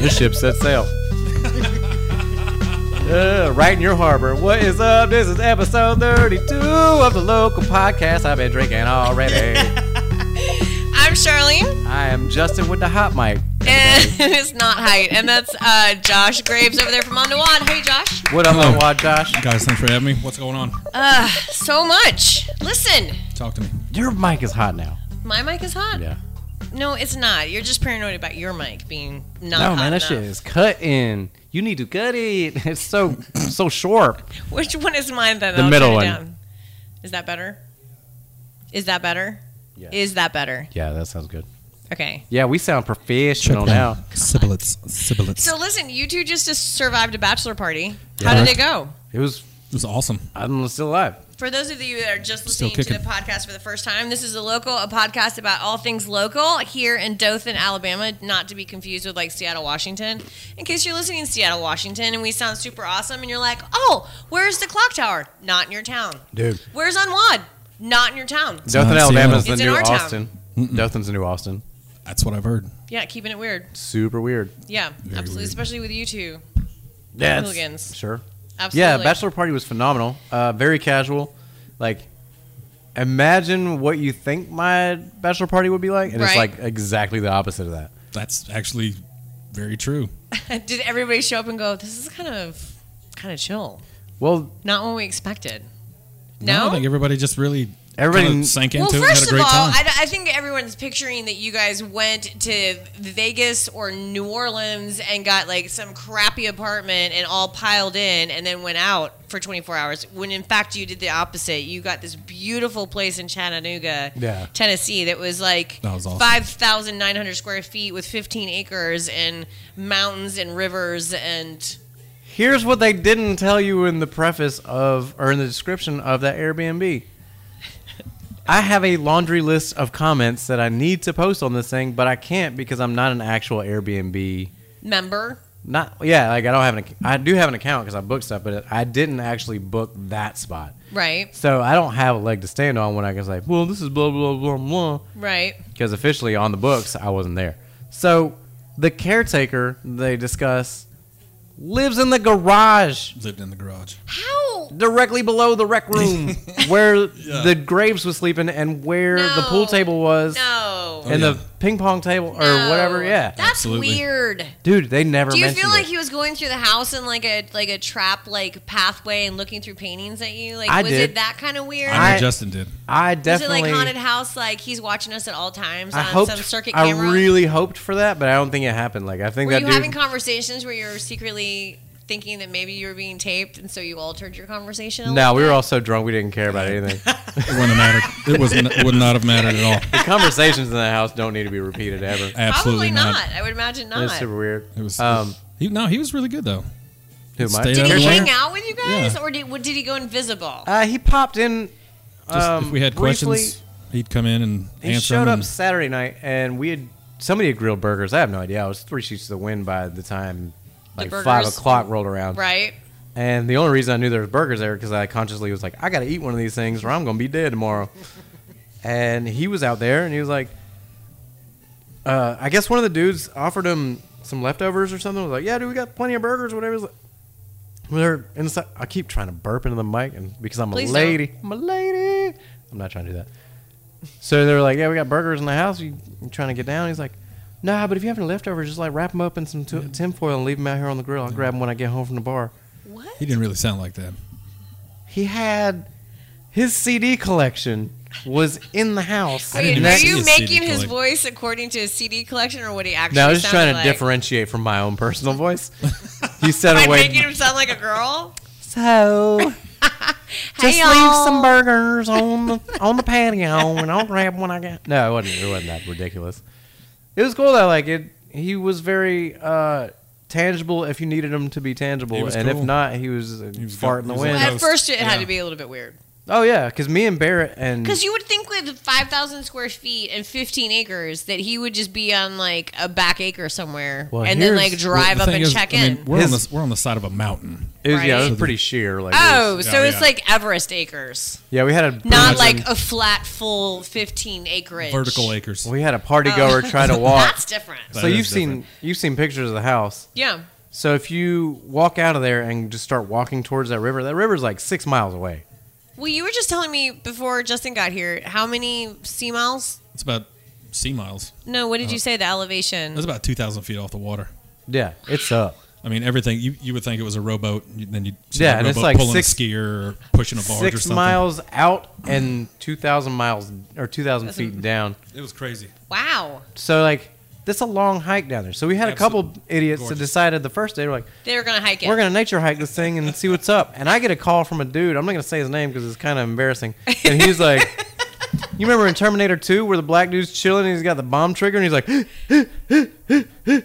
Your ship set sail. Uh, right in your harbor. What is up? This is episode 32 of the local podcast. I've been drinking already. I'm Charlene, I am Justin with the hot mic. and it's not height, and that's uh, Josh Graves over there from On the Wad. Hey, Josh. What up, Hello. Lil Wad Josh? Guys, thanks for having me. What's going on? Uh, so much. Listen, Talk to me. Your mic is hot now. my mic is hot. Yeah. No, it's not. You're just paranoid about your mic being No, not hot man, that enough. shit is cut in. You need to cut it. It's so so sharp. Which one is mine? Then The I'll middle turn it one. down. Is that better? Is that better? Yeah. Is that better? Yeah, that sounds good. Okay. Yeah, we sound professional now. Sibilance. Sibilance. So listen, you two just survived a bachelor party. How Uh-huh. did it go? It was. it was awesome. I'm still alive. For those of you that are just Still listening to the kicking. podcast for the first time, this is a local, a podcast about all things local here in Dothan, Alabama, not to be confused with like Seattle, Washington. In case you're listening in Seattle, Washington, and we sound super awesome, and you're like, oh, where's the clock tower? Not in your town. Dude. Where's Unwad? Not in your town. Dothan, not Alabama's the Seattle. It's in new our town. Austin. Dothan's the new Austin. That's what I've heard. Yeah, keeping it weird. Super weird. Yeah, absolutely. weird. Especially with you two. Yeah, it's- Hooligans. Sure. Absolutely. Yeah, bachelor party was phenomenal. Uh, very casual. Like, imagine what you think my bachelor party would be like, and it's Right. like exactly the opposite of that. That's actually very true. Did everybody show up and go, this is kind of, kind of chill? Well, Not what we expected. I think everybody just really Everybody- kinda sank into well, it and first had a great of all, time. I, I think everyone's picturing that you guys went to Vegas or New Orleans and got like some crappy apartment and all piled in and then went out for 24 hours. When in fact, you did the opposite. You got this beautiful place in Chattanooga, Yeah. Tennessee, that was like That was awesome. 5,900 square feet with 15 acres and mountains and rivers and. here's what they didn't tell you in the preface of or in the description of that Airbnb. I have a laundry list of comments that I need to post on this thing, but I can't because I'm not an actual Airbnb. Member, Not yeah, like I don't have an. ac- I do have an account because I book stuff, but I didn't actually book that spot. right? So I don't have a leg to stand on when I can say, well, this is blah, blah, blah, blah. Right. Because officially on the books, I wasn't there. So the caretaker they discuss lives in the garage Lived in the garage. How? directly below the rec room where the Graves was sleeping and where the pool No. table was No. and Oh, yeah. the ping pong table or No. whatever. Yeah. That's Absolutely. weird. Dude, they never Do you mentioned feel like it. he was going through the house in like a like a trap like pathway and looking through paintings at you? Like I was did. it that kind of weird? I I- know Justin did. I was definitely. it like haunted house? Like he's watching us at all times I on hoped. some circuit I camera? really hoped for that, but I don't think it happened. Like I think were that you dude. having conversations where you were secretly thinking that maybe you were being taped and so you altered your conversation? a no, little we were bit? all so drunk we didn't care about anything. It wouldn't have mattered. It was n- would not have mattered at all. The conversations in that house don't need to be repeated ever. probably Absolutely not. I would imagine not. It's super weird. It was. Um, he, no, he was really good though. who stayed might? out Did of the he way. hang out with you guys Yeah. or did, what- did he go invisible? Uh, he popped in. Just um, if we had briefly. questions, he'd come in and He answer showed them. up and- Saturday night, and we had somebody had grilled burgers. I have no idea. I was three sheets to the wind by the time like five burgers. o'clock rolled around. right? And the only reason I knew there was burgers there because I consciously was like, I gotta eat one of these things or I'm gonna be dead tomorrow. and he was out there and he was like, uh, I guess one of the dudes offered him some leftovers or something. I was like, Yeah, dude, we got plenty of burgers, whatever. He's like, They're inside. I keep trying to burp into the mic and because I'm Please a don't. lady, I'm a lady. I'm not trying to do that. So they were like, "Yeah, we got burgers in the house. You, you trying to get down?" He's like, "Nah, but if you have any leftovers, just like wrap them up in some t- tinfoil and leave them out here on the grill. I'll grab them when I get home from the bar." What? he didn't really sound like that. he had his CD collection was in the house. didn't Wait, even are see you his CD making his collection. voice according to his CD collection or what he actually Now I was just trying sounded to like? differentiate from my own personal voice. He said By away. making him sound like a girl? So just Hey, leave y'all." some burgers on the on the patio, and I'll grab one I got. No, it wasn't. It wasn't that ridiculous. It was cool though. Like it, he was very uh, tangible. If you needed him to be tangible, He was and if cool. not, he was, uh was fart got- in the he was wind. like- At Most- first, it had yeah. to be a little bit weird. Oh yeah, because me and Barrett and Because you would think with 5,000 square feet and 15 acres that he would just be on like a back acre somewhere Well, and then here's- like drive The up thing and is, check I in. mean, we're, on His- the, we're on the side of a mountain. it was, yeah, it Right. was pretty sheer. Like it oh, was- so yeah, it's yeah. like Everest acres, yeah, we had a not pretty like much a flat, full 15 acreage. Vertical acres. a- we had a party oh. goer try to walk. That's different. That so is you've seen different. you've seen pictures of the house. Yeah. So if you walk out of there and just start walking towards that river, that river's like six miles away. Well, you were just telling me before Justin got here how many sea miles? It's about sea miles. No, Uh, what did you say? The elevation. That's about 2,000 feet off the water. Yeah, it's up. I mean, everything you, you would think it was a rowboat, you- then you'd see Yeah, a and it's rowboat like pulling six- a skier or pushing a barge or Six something. miles out and two thousand miles or two thousand feet down. It was crazy. Wow. So like that's a long hike down there. So we had a couple idiots that gorgeous. decided the first day we're like, They were going to hike it. we're gonna nature hike this thing and see what's up. And I get a call from a dude. I'm not gonna say his name because it's kind of embarrassing. And he's like, "You remember in Terminator 2 where the black dude's chilling and he's got the bomb trigger and he's like, and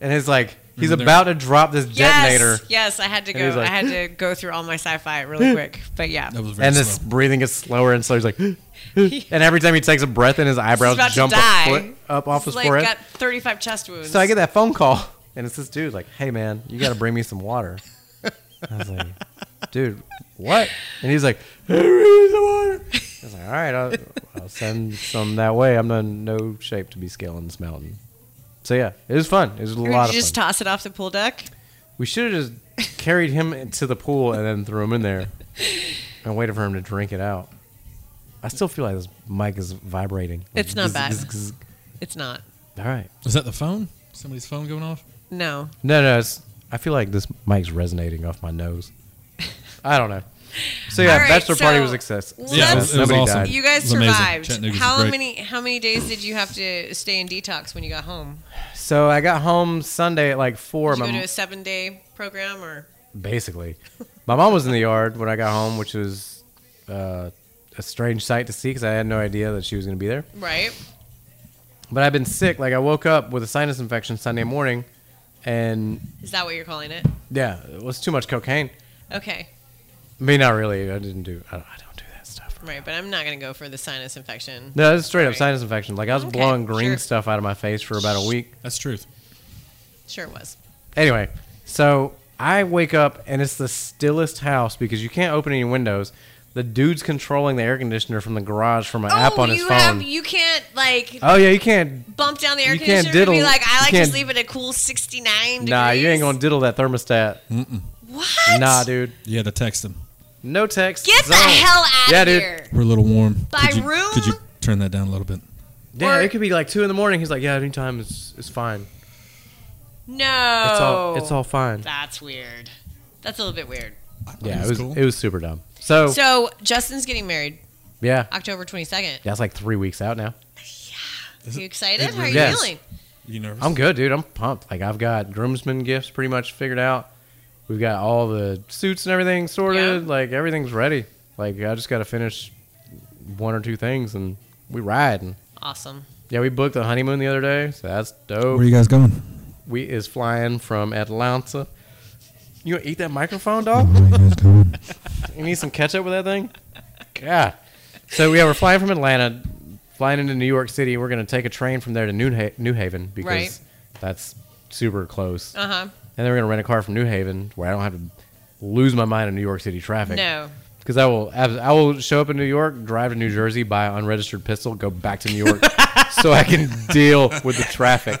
it's like he's Remember about to drop this detonator, Yes, yes, I had to And go. he's like, Hmm. I had to go through all my sci-fi really quick, but yeah, That was very and this slow. breathing gets slower and slower. He's like, and every time he takes a breath in, his eyebrows about to jump die. a foot up off his like forehead. got 35 chest wounds. So I get that phone call, and it's this dude like, "Hey man, you got to bring me some water." I was like, "Dude, what?" And he's like, "Hey, bring me some water." I was like, "All right, I'll, I'll send some that way. I'm in no shape to be scaling this mountain." So yeah, it was fun. It was a Or did lot of you just fun. toss it off the pool deck. we should have just carried him to the pool and then threw him in there and waited for him to drink it out. I still feel like this mic is vibrating. It's not bad. All It's not. right. Is that the phone? Somebody's phone going off? No. No, no. It's, I feel like this mic's resonating off my nose. I don't know. So yeah, All right, bachelor party so was success. Yeah, success. it was- it was Nobody awesome. died. You guys It's amazing. survived. Chattanooga's How great. many how many days did you have to stay in detox when you got home? So I got home Sunday at like four. Did you My, go to m- a seven day program or basically, my mom was in the yard when I got home, which was uh, a strange sight to see because I had no idea that she was going to be there. right? But I've been sick. Like I woke up with a sinus infection Sunday morning, and Is that what you're calling it? yeah, it was too much cocaine. Okay, I mean, not really. I didn't do. I don't, I don't do that stuff. right. But I'm not gonna go for the sinus infection. No, it's straight up Right. sinus infection. Like I was Okay, blowing green sure. stuff out of my face for about a week. That's truth. Sure was. Anyway, so I wake up and it's the stillest house because you can't open any windows. The dude's controlling the air conditioner from the garage from an app on his Oh, you phone. you can't like oh yeah, you can't. bump down the air You can't conditioner and be diddle- like, I you like to can't- just leave it a cool 69 Nah, you ain't degrees." gonna diddle that thermostat. What? Nah, dude. You had to text him. No text. Get the zone. hell out Yeah, of dude. here. We're a little warm. By could you, room? Could you turn that down a little bit? Yeah, Or- it could be like two in the morning. He's like, yeah, anytime is is fine. No. It's all it's all fine. That's weird. That's a little bit weird. Yeah, That's it was cool. it was super dumb. So, So Justin's getting married yeah, October 22nd. that's like three weeks out now. Are you excited? It How are you really is. feeling? you nervous? I'm good, dude. I'm pumped. Like I've got groomsmen gifts pretty much figured out. We've got all the suits and everything sorted. Yeah. Like everything's ready. Like I just got to finish one or two things, and we riding. Awesome. Yeah, we booked a honeymoon the other day, so that's dope. Where are you guys going? we is flying from Atlanta. You gonna eat that microphone, dog? Where are you guys going? You need some ketchup with that thing? God. So yeah, we're flying from Atlanta, flying into New York City. We're gonna take a train from there to New, ha- New Haven because Right. that's super close. Uh huh. And then we're gonna rent a car from New Haven, where I don't have to lose my mind in New York City traffic. No. because I will, abs- I will show up in New York, drive to New Jersey, buy an unregistered pistol, go back to New York, so I can deal with the traffic.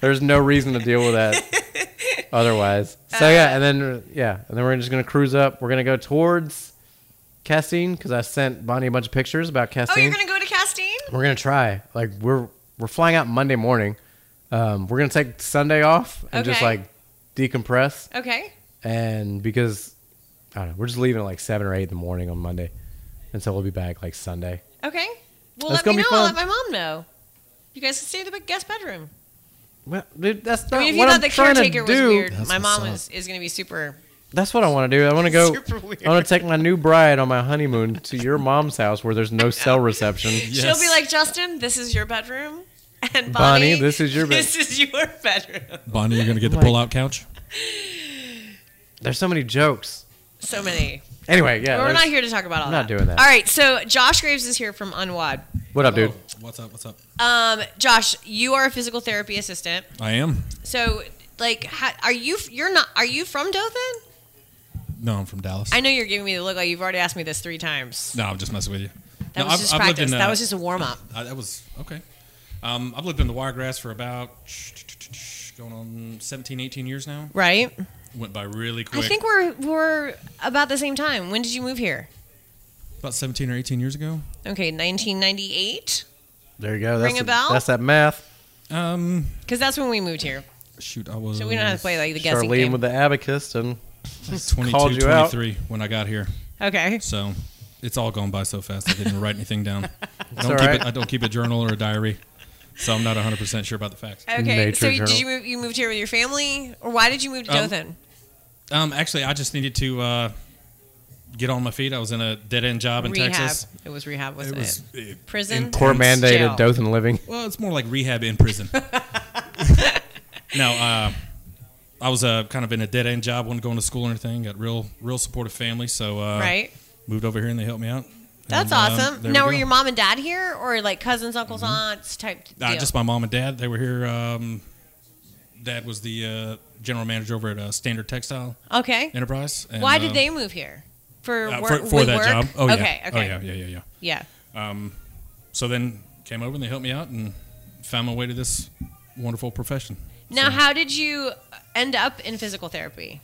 There's no reason to deal with that otherwise. So yeah, and then yeah, and then we're just gonna cruise up. We're gonna go towards Castine because I sent Bonnie a bunch of pictures about Oh, Castine. you're gonna go to Castine? We're gonna try. Like we're we're flying out Monday morning. Um, we're gonna take Sunday off and just Okay. like decompress. Okay. And because I don't know, we're just leaving at like seven or eight in the morning on Monday, and so we'll be back like Sunday. Okay. Well, That's let gonna me be know. I'll fun. let my mom know. You guys can stay in the guest bedroom. Well, dude, that's not I mean, if what you I'm thought the trying to do. caretaker was weird, That's my what's mom up. is, is going to be super. That's what I want to do. I want to go. Super weird. I want to take my new bride on my honeymoon to your mom's house where there's no cell reception. She'll be like, Justin, this is your bedroom. And Bonnie, Bonnie, this is your bed- This is your bedroom. Bonnie, you're going to get the Like- pull out couch? There's so many jokes. So many. Anyway, yeah. But we're there's- not here to talk about all I'm not that. doing that. All right, so Josh Graves is here from Unwad. What up, dude? Oh, what's up? What's up? Um, Josh, you are a physical therapy assistant. I am. So, like, how, are you? You're not. Are you from Dothan? No, I'm from Dallas. I know you're giving me the look like you've already asked me this three times. no, I'm just messing with you. That No, was I've- just I've lived practice. in, that uh, was just a warm up. I, that was okay. Um, I've lived in the Wiregrass for about going on 17, 18 years now. Right. Went by really quick. I think we're we're about the same time. When did you move here? about 17 or 18 years ago. Okay, 1998, There you go. That's Ring the- a bell? That's that math. Um, because that's when we moved here. shoot, I was So we don't have to play like the guessing Charlene game. with the abacus and like called 22, you out. 23 when I got here. okay. So it's all gone by so fast. I didn't even write anything down. I all don't, keep right. it, I don't keep a journal or a diary, so I'm not 100 percent sure about the facts. Okay. Nature so Journal. did you move? You moved here with your family, or why did you move to Um, Dothan? Um, actually, I just needed to uh, get on my feet. I was in a dead end job in rehab. Texas. It was rehab, wasn't it? was uh, Prison. intense. poor mandated Jail. Dothan living. Well, it's more like rehab in prison. no, uh, I was uh, kind of in a dead end job, wasn't going to school or anything. Got real, real supportive family, so uh, right. moved over here and they helped me out. That's And, um, awesome. there now, we were go. your mom and dad here, or like cousins, uncles, aunts type deal? Uh, just my mom and dad. They were here. Um, dad was the uh, general manager over at uh, Standard Textile okay. Enterprise. and, Why um, did they move here? For uh, work? for, for with that work? job? Oh yeah. Okay. Okay. Oh yeah. Yeah. Yeah. Yeah. Yeah. So then came over and they helped me out and found my way to this wonderful profession. Now, So- how did you end up in physical therapy?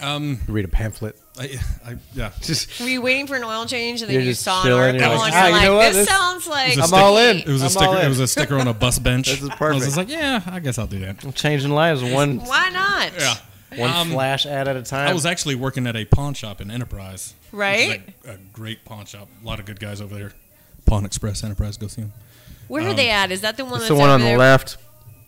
Um, You read a pamphlet. I, I, yeah. Just Were you waiting for an oil change and then You're you just saw an chilling, article you're and like, you're "Ah, you like, know what? this, This- sounds like a I'm all in. It was a I'm all sticker. in. It was a sticker on a bus bench. This is I was perfect. just like, yeah, I guess I'll do that. changing lives one Why not? Yeah. one Um, flash ad at a time. I was actually working at a pawn shop in Enterprise. which is Right? A, a great pawn shop. A lot of good guys over there. Pawn Express Enterprise. Go see them. Where um, are they at? Is that the one it's that's the one over on the there? left.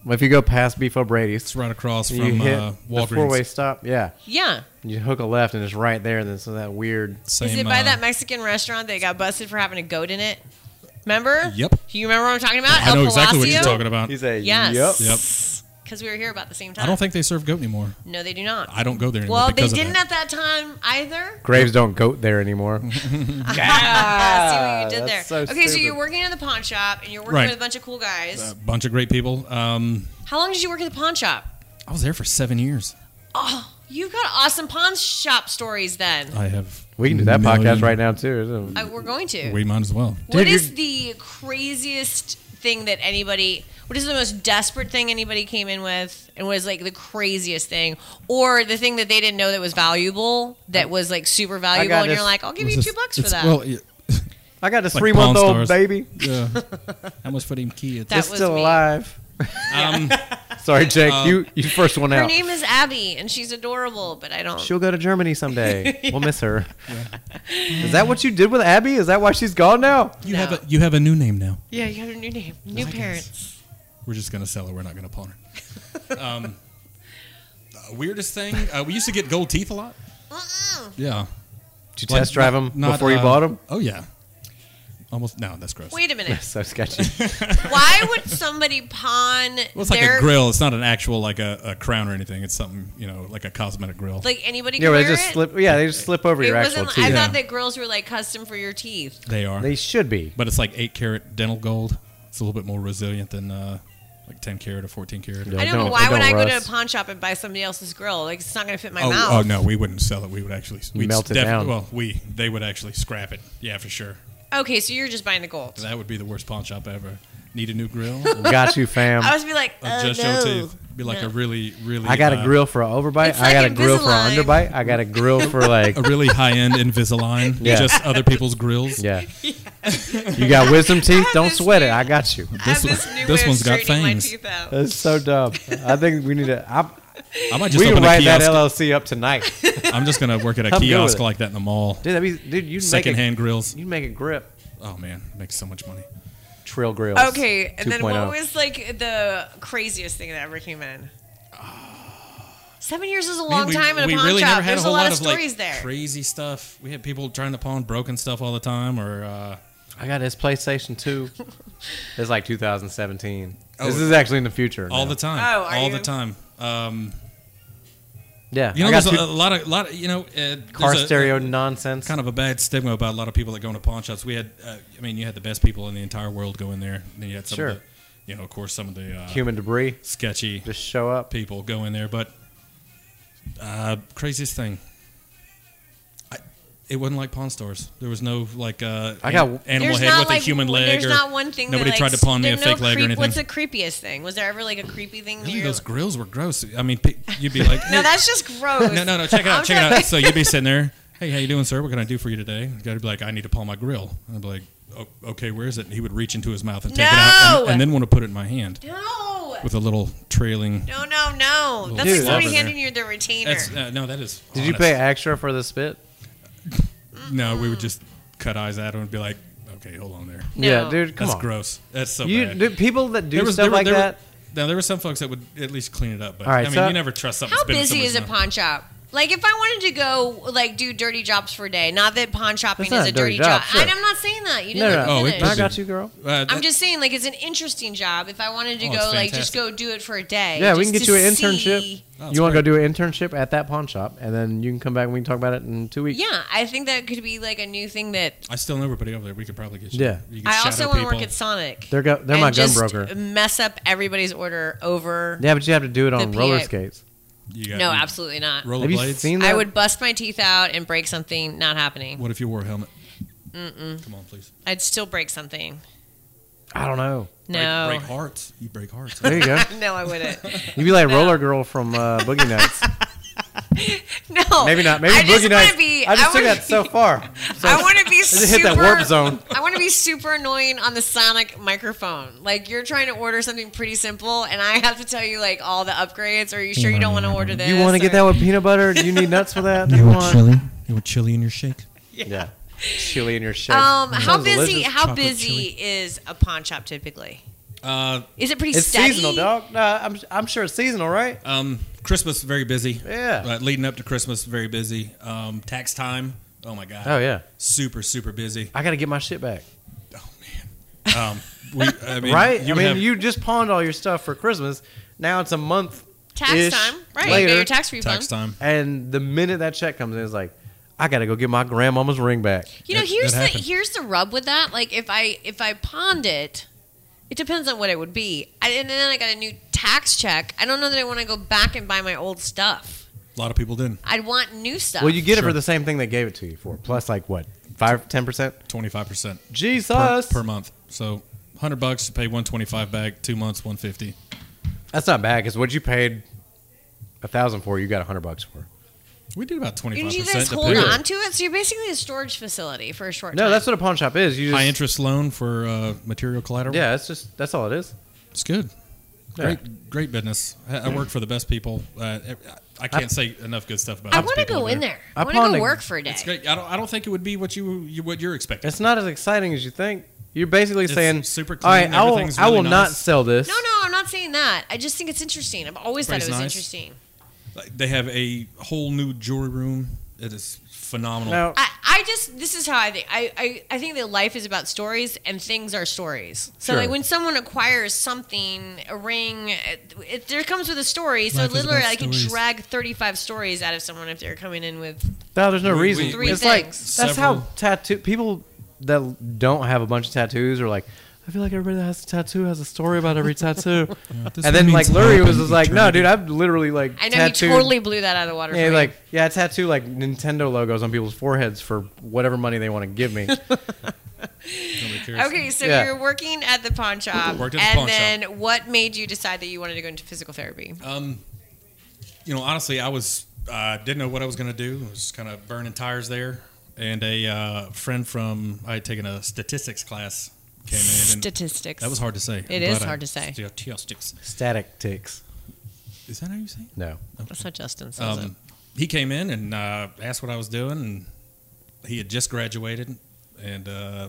If you go past Beef O'Brady's, It's right across you from hit uh, the four-way Walgreens. stop. Yeah, Yeah. you hook a left and it's right there. And then so that weird. Same, Is it by uh, that Mexican restaurant that got busted for having a goat in it? Remember? Yep. Do you remember what I'm talking about? I know exactly what you're talking about. You say Yes. Yep. Because we were here about the same time. I don't think they serve goat anymore. No, they do not. I don't go there anymore. well, they because of didn't that. at that time either. Graves don't goat there anymore. Ah, See what you did there. that's so okay, so stupid. you're working at the pawn shop and you're working Right. with a bunch of cool guys. A bunch of great people. Um, How long did you work at the pawn shop? I was there for seven years. Oh, you've got awesome pawn shop stories then. I have. we can do that million- podcast right now too. isn't it? Uh, we're going to. We might as well. What Dude, is the craziest thing that anybody? What is the most desperate thing anybody came in with, and was like the craziest thing, or the thing that they didn't know that was valuable, that was like super valuable, and this. you're like, I'll give Was you two this- bucks for it's- that. Well, yeah, I got this like Pawn three-month-old Stars. baby. yeah. How much for them kids? That it's was still me. alive. Um, Sorry, Jake. Uh, you you first one Her out. name is Abby, and she's adorable, but I don't. She'll go to Germany someday. We'll miss her. Is that what you did with Abby? Is that why she's gone now? you No. have a you have a new name now. yeah, you have a new name, new parents. We're just gonna sell her. We're not gonna pawn her. Um, uh, weirdest thing. Uh, we used to get gold teeth a lot. Mm-mm. Yeah. Did you Like, test drive them not- not, before you uh, bought them? Oh yeah. Almost. No, that's gross. Wait a minute. So sketchy. Why would somebody pawn Well, it's like their a grill. It's not an actual like a, a crown or anything. It's something you know, like a cosmetic grill. like anybody? yeah, can but they wear just it? slip. Yeah, they just slip over It your actual wasn't. teeth. I Yeah. thought that girls were like custom for your teeth. they are. They should be. but it's like eight karat dental gold. It's a little bit more resilient than uh, like ten karat or fourteen karat. Yeah. I They know, don't- but why they would I don't go to a rust. pawn shop and buy somebody else's grill? Like it's not going to fit my Oh, mouth. oh no, we wouldn't sell it. We would actually we'd Melt it defi- down. Well, we they would actually scrap it. Yeah, for sure. Okay, so you're just buying the gold. That would be the worst pawn shop ever. Need a new grill? Got you, fam. I was be like, oh, Adjust no. your teeth. Be like a really, really. I got uh, a grill for an overbite. It's I got like a grill for an Invisalign. underbite. I got a grill for like. A really high end Invisalign. Yeah. Just other people's grills. Yeah. You got wisdom teeth. have Don't this sweat it. new- I got you. I have This this one- new this way one's of got straightening my fangs. Uh, teeth out. That's so dumb. I think we need to. I'm, I might just we can open a write that kiosk. LLC up tonight. Dude, I'm just gonna work at a I'm good with kiosk it. like that in the mall. that'd be, dude, you make a, Secondhand grills. you make a grip. Oh man, makes so much money. Trail grills. oh. Okay, and then 2.0. what was like the craziest thing that ever came in? Seven years is a long Man, we- time in a we pawn really shop. never had There's a a, whole lot, lot of like, stories there. crazy stuff. We had people trying to pawn broken stuff all the time, or uh, I got this PlayStation 2. it's like 2017. Oh. This is actually in the future. all now. the time, Oh, are all you? the time. Um, Yeah, You know, I got there's a, two a lot of lot of you know uh, there's car a- stereo nonsense. kind of a bad stigma about a lot of people that go into pawn shops. We had, uh, I mean, you had the best people in the entire world go in there. And then you had some, Sure. of the, you know, of course, some of the uh, Human debris sketchy just show up. people go in there. But uh, craziest thing, I, it wasn't like pawn stores. There was no like uh, I got- an- animal There's head not, with like, a human w- leg. There's or not one thing. Nobody that, like, tried to pawn me a there's no fake leg or creep- anything. What's the creepiest thing? Was there ever like a creepy thing? that Really, you're- those grills were gross. I mean, pe- you'd be like, no, that's just gross. No, no, no. Check it out. I'm check it trying- out. So you'd be sitting there. Hey, how you doing, sir? What can I do for you today? The guy would be like, I need to pawn my grill. I'd be like, oh, okay, where is it? And he would reach into his mouth and take it out, and, No! and then want to put it in my hand No, with a little trailing. no, no, no. That's Dude. like somebody Slobber handing you the retainer. That's, uh, no, that is. Did you honest. pay extra for the spit? No, we would just cut eyes at him and be like, okay, hold on there. No. Yeah, dude, come That's on. gross. That's so You bad. dude, people that do There was- stuff there were- like there were- that. Now there were some folks that would at least clean it up, but All right, I mean, so- you never trust something. How busy is a pawn shop? Like if I wanted to go like do dirty jobs for a day, not that pawn shopping not is a a dirty dirty job, job. sure. And I'm not saying that. You No, didn't no, let no. Oh, me it finish. I does- got you, girl. I'm just saying, like, it's an interesting job. If I wanted to Oh, it's go, like, just go do it for a day. Yeah, we can just get to you an internship. see- Oh, you want to go that's do an internship at that pawn shop, and then you can come back and we can talk about it in two weeks. Yeah, I think that could be like a new thing that. I still know everybody over there. We could probably get. Yeah. You could I shadow also want to work people. at Sonic. They're go- they're and my gun just broker. Mess up everybody's order over. Yeah, but you have to do it on The roller PA. skates. You got- No, you- absolutely not. Roller Have you blades. seen that? I would bust my teeth out and break something. Not happening. What if you wore a helmet? Mm-mm. Come on, please. I'd still break something. I don't know. No. Break, break hearts. You break hearts. There you go. no, I wouldn't. You'd be like Roller Girl from uh, Boogie Nights. No. Maybe not. Maybe I just Boogie wanna Nights. Be, I just took wanna that so far. So I want to be just super. hit that warp zone. I want to be super annoying on the Sonic microphone. Like you're trying to order something pretty simple, and I have to tell you like all the upgrades. Are you sure you don't want to order this? you want to get or- that with peanut butter? Do you need nuts for that? You want? You want chili in your shake? Yeah. Chili in your shake. Um, how Sounds busy? delicious. How Chocolate busy is a pawn shop typically? Uh, Is it pretty It's steady? seasonal, dog. No, I'm I'm sure it's seasonal, right? um, Christmas very busy. Yeah. Uh, leading up to Christmas very busy. Um, tax time. Oh my god. Oh yeah. Super super busy. I got to get my shit back. Oh man. Um, we, I mean, right? You I mean, have- you just pawned all your stuff for Christmas. Now it's a month Tax ish time, right? you Later, got your tax refund. tax time. and the minute that check comes in, it's like, I gotta go get my grandmama's ring back. You know, That- here's that the happened. here's the rub with that. Like if I if I pawned it, it depends on what it would be. I, and then I got a new tax check. I don't know that I want to go back and buy my old stuff. A lot of people didn't. I'd want new stuff. Well, you get it Sure. for the same thing they gave it to you for, plus like what five, ten percent. Twenty five percent Jesus, per month. So hundred bucks to pay one twenty five back. Two months one fifty. that's not bad because what you paid a thousand for, you got a hundred bucks for. We did about twenty and five you guys percent. hold Really? on to it, so you're basically a storage facility for a short No, time. that's what a pawn shop is. You just, High interest loan for uh, material collateral. yeah, it's just that's all it is. It's good. Yeah. Great, great business. I, I work for the best people. Uh, I can't say enough good stuff about. I those want to people go over in there. I I want to pawned a- go work for a day. It's great. I don't. I don't think it would be what you, you what you're expecting. It's not as exciting as you think. You're basically It's saying, super all right, clean, I will, everything's I will really not nice." sell this. No, no, I'm not saying that. I just think it's interesting. I've always thought it Pretty was nice. interesting. Like, They have a whole new jewelry room. It is phenomenal. Now, I, I just this is how I think. I, I, I think that life is about stories and things are stories. So Sure. like when someone acquires something, a ring, it, it there comes with a story. So Life is literally, about I can stories. drag thirty five stories out of someone if they're coming in with. No, there's no We- reason. we- Three it's like things. that's how Several- tattoo people that don't have a bunch of tattoos are like. I feel like everybody that has a tattoo has a story about every tattoo. this and then one like means Lurie hope was and just like, no, eternity." dude, I've literally like I know tattooed. you totally blew that out of the water. yeah, for me. like yeah, I tattoo like Nintendo logos on people's foreheads for whatever money they want to give me. Nobody cares. Okay, so Yeah. you're working at the pawn shop, Worked at the and pawn shop. then what made you decide that you wanted to go into physical therapy? Um, you know, honestly, I was uh, didn't know what I was going to do. I was kind of burning tires there, and a uh, friend from I had taken a statistics class came in. And Statistics. that was hard to say. It It is is hard to say. Statistics. Static ticks. Is that how you say? it? No. That's how Justin says it. Um, he came in and uh, asked what I was doing, and he had just graduated, and uh,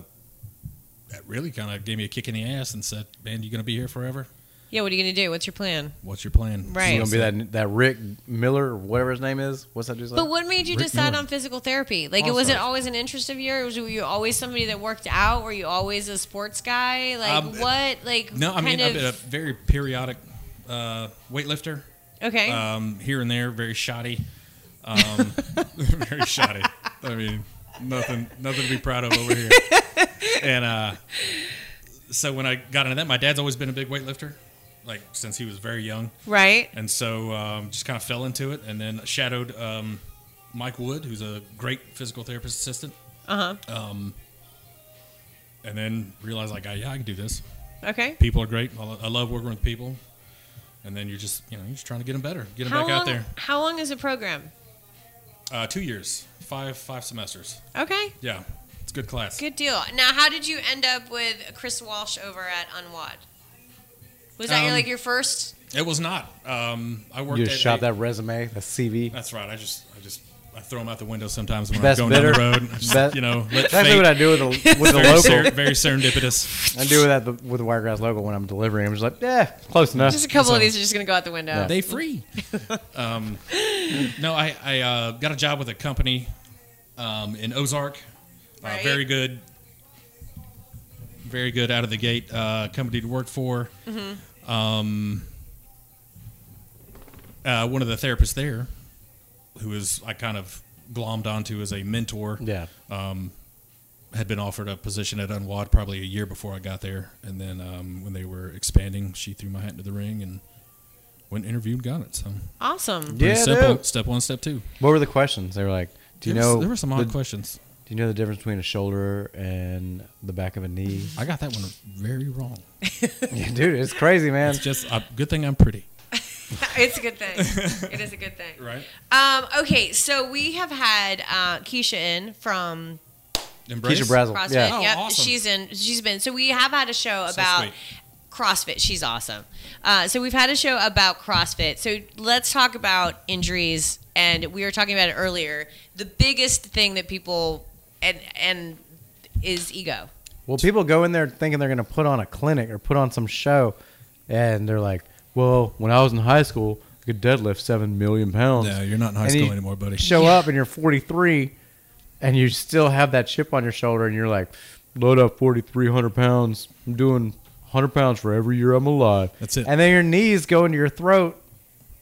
that really kind of gave me a kick in the ass and said, "Man, you gonna be here forever? Yeah, what are you gonna do? What's your plan? What's your plan?" Right. He's gonna be that that Rick Miller or whatever his name is. What's that dude's But like? what made you Rick decide Miller. on physical therapy? Like, it All wasn't stars. always an interest of yours. Were you always somebody that worked out? Were you always a sports guy? Like, Um, what? Like, No, I mean kind I've of- been a very periodic uh, weightlifter. Okay. Um, here and there, very shoddy. Um, very shoddy. I mean, nothing, nothing to be proud of over here. And uh, so when I got into that, my dad's always been a big weightlifter, like since he was very young, right. and so um, just kind of fell into it, and then shadowed um, Mike Wood, who's a great physical therapist assistant. Uh Um, and then realized like, I, yeah, I can do this. huh. Okay. People are great. I, lo- I love working with people. And then you're just, you know, you're just trying to get them better, get them How back long? out there. How long is the program? Uh, two years, five five semesters. Okay. Yeah, it's a good class. Good deal. Now, how did you end up with Chris Walsh over at Unwad? Was that your, Um, like your first? It was not. Um, I worked. You at just shot a- that resume, that CV. That's right. I just I just I throw them out the window sometimes when Best I'm going bidder. down the road. I just, Best- you know, let That's actually fate- what I do with the with the very, local. ser- very serendipitous. I do that with the Wiregrass local when I'm delivering. I'm just like, yeah, close enough. Just a couple of so- these are just gonna go out the window. Yeah. They free. um, no, I I uh, got a job with a company um, in Ozark. Right. Uh, very good. Very good out of the gate uh, company to work for. Um, uh, one of the therapists there, who is I kind of glommed onto as a mentor, yeah, um, had been offered a position at Unwad probably a year before I got there, and then um, when they were expanding, she threw my hat into the ring and went and interviewed, and got it. So Awesome. Yeah, step dude. one, step one, step two. What were the questions? They were like, do you There was- know there were some the- odd questions? Do you know the difference between a shoulder and the back of a knee? I got that one very wrong. Yeah, Dude, it's crazy, man. It's just a good thing I'm pretty, it's a good thing. It is a good thing. right? Um, okay, so we have had uh, Keisha in from Embrace. Keisha Brazel. CrossFit. Yeah. Oh, yep, awesome. she's in. She's been. So we have had a show So about sweet. CrossFit. She's awesome. Uh, so we've had a show about CrossFit. So let's talk about injuries, and we were talking about it earlier. The biggest thing that people and and is ego. Well, people go in there thinking they're going to put on a clinic or put on some show, and they're like, well, when I was in high school, I could deadlift 7 million pounds. No, you're not in high And school you anymore, buddy. Show up and you're 43, and you still have that chip on your shoulder, and you're like, load up 4,300 pounds. I'm doing 100 pounds for every year I'm alive. That's it. And then your knees go into your throat,